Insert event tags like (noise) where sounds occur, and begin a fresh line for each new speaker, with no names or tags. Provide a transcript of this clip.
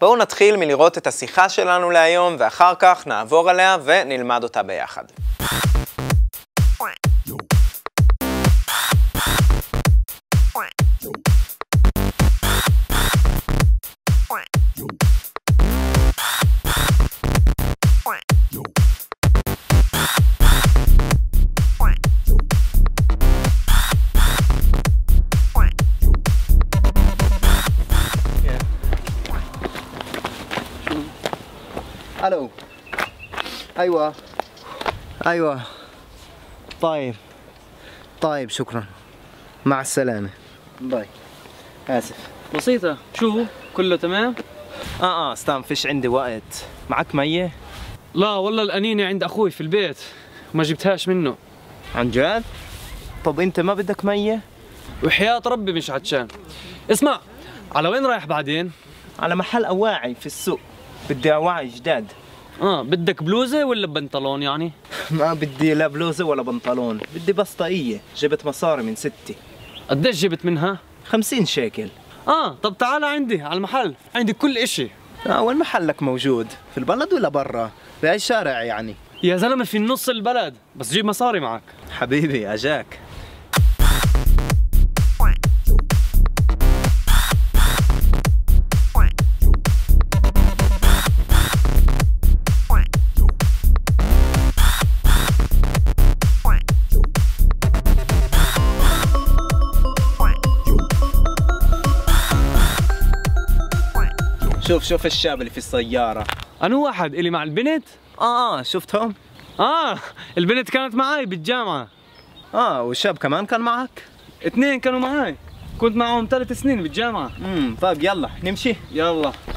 בואו נתחיל מלראות את השיחה שלנו להיום, ואחר כך נעבור עליה ונלמד אותה ביחד.
الو ايوه ايوه طيب طيب شكرا مع السلامه باي اسف
بسيطة شو كله تمام؟
اه اه سلام فيش عندي وقت معك ميه
لا والله الأنينة عند أخوي في البيت ما جبتهاش منه
عن جد طب انت ما بدك ميه
وحياة ربي مش عطشان اسمع على وين رايح بعدين؟
على محل اواعي في السوق بدي اواعي جداد (laughs)
اه بدك بلوزة ولا بنطلون يعني؟
ما بدي لا بلوزه ولا بنطلون بدي بس طاقيه جبت مصاري من ستي
قديش جبت منها؟
50 شيكل
اه طب تعال عندي على المحل عندي كل اشي
آه وين محلك موجود في البلد ولا برا بأي شارع يعني
يا زلمة في نص البلد بس جيب مصاري معك
حبيبي اجاك شوف شوف الشاب اللي في السياره
أنا واحد إلي مع البنت
اه اه شفتهم
اه البنت كانت معي بالجامعة
اه والشاب كمان كان معك
اثنين كانوا معي كنت معهم ثلاث سنين بالجامعة
امم طيب يلا نمشي
يلا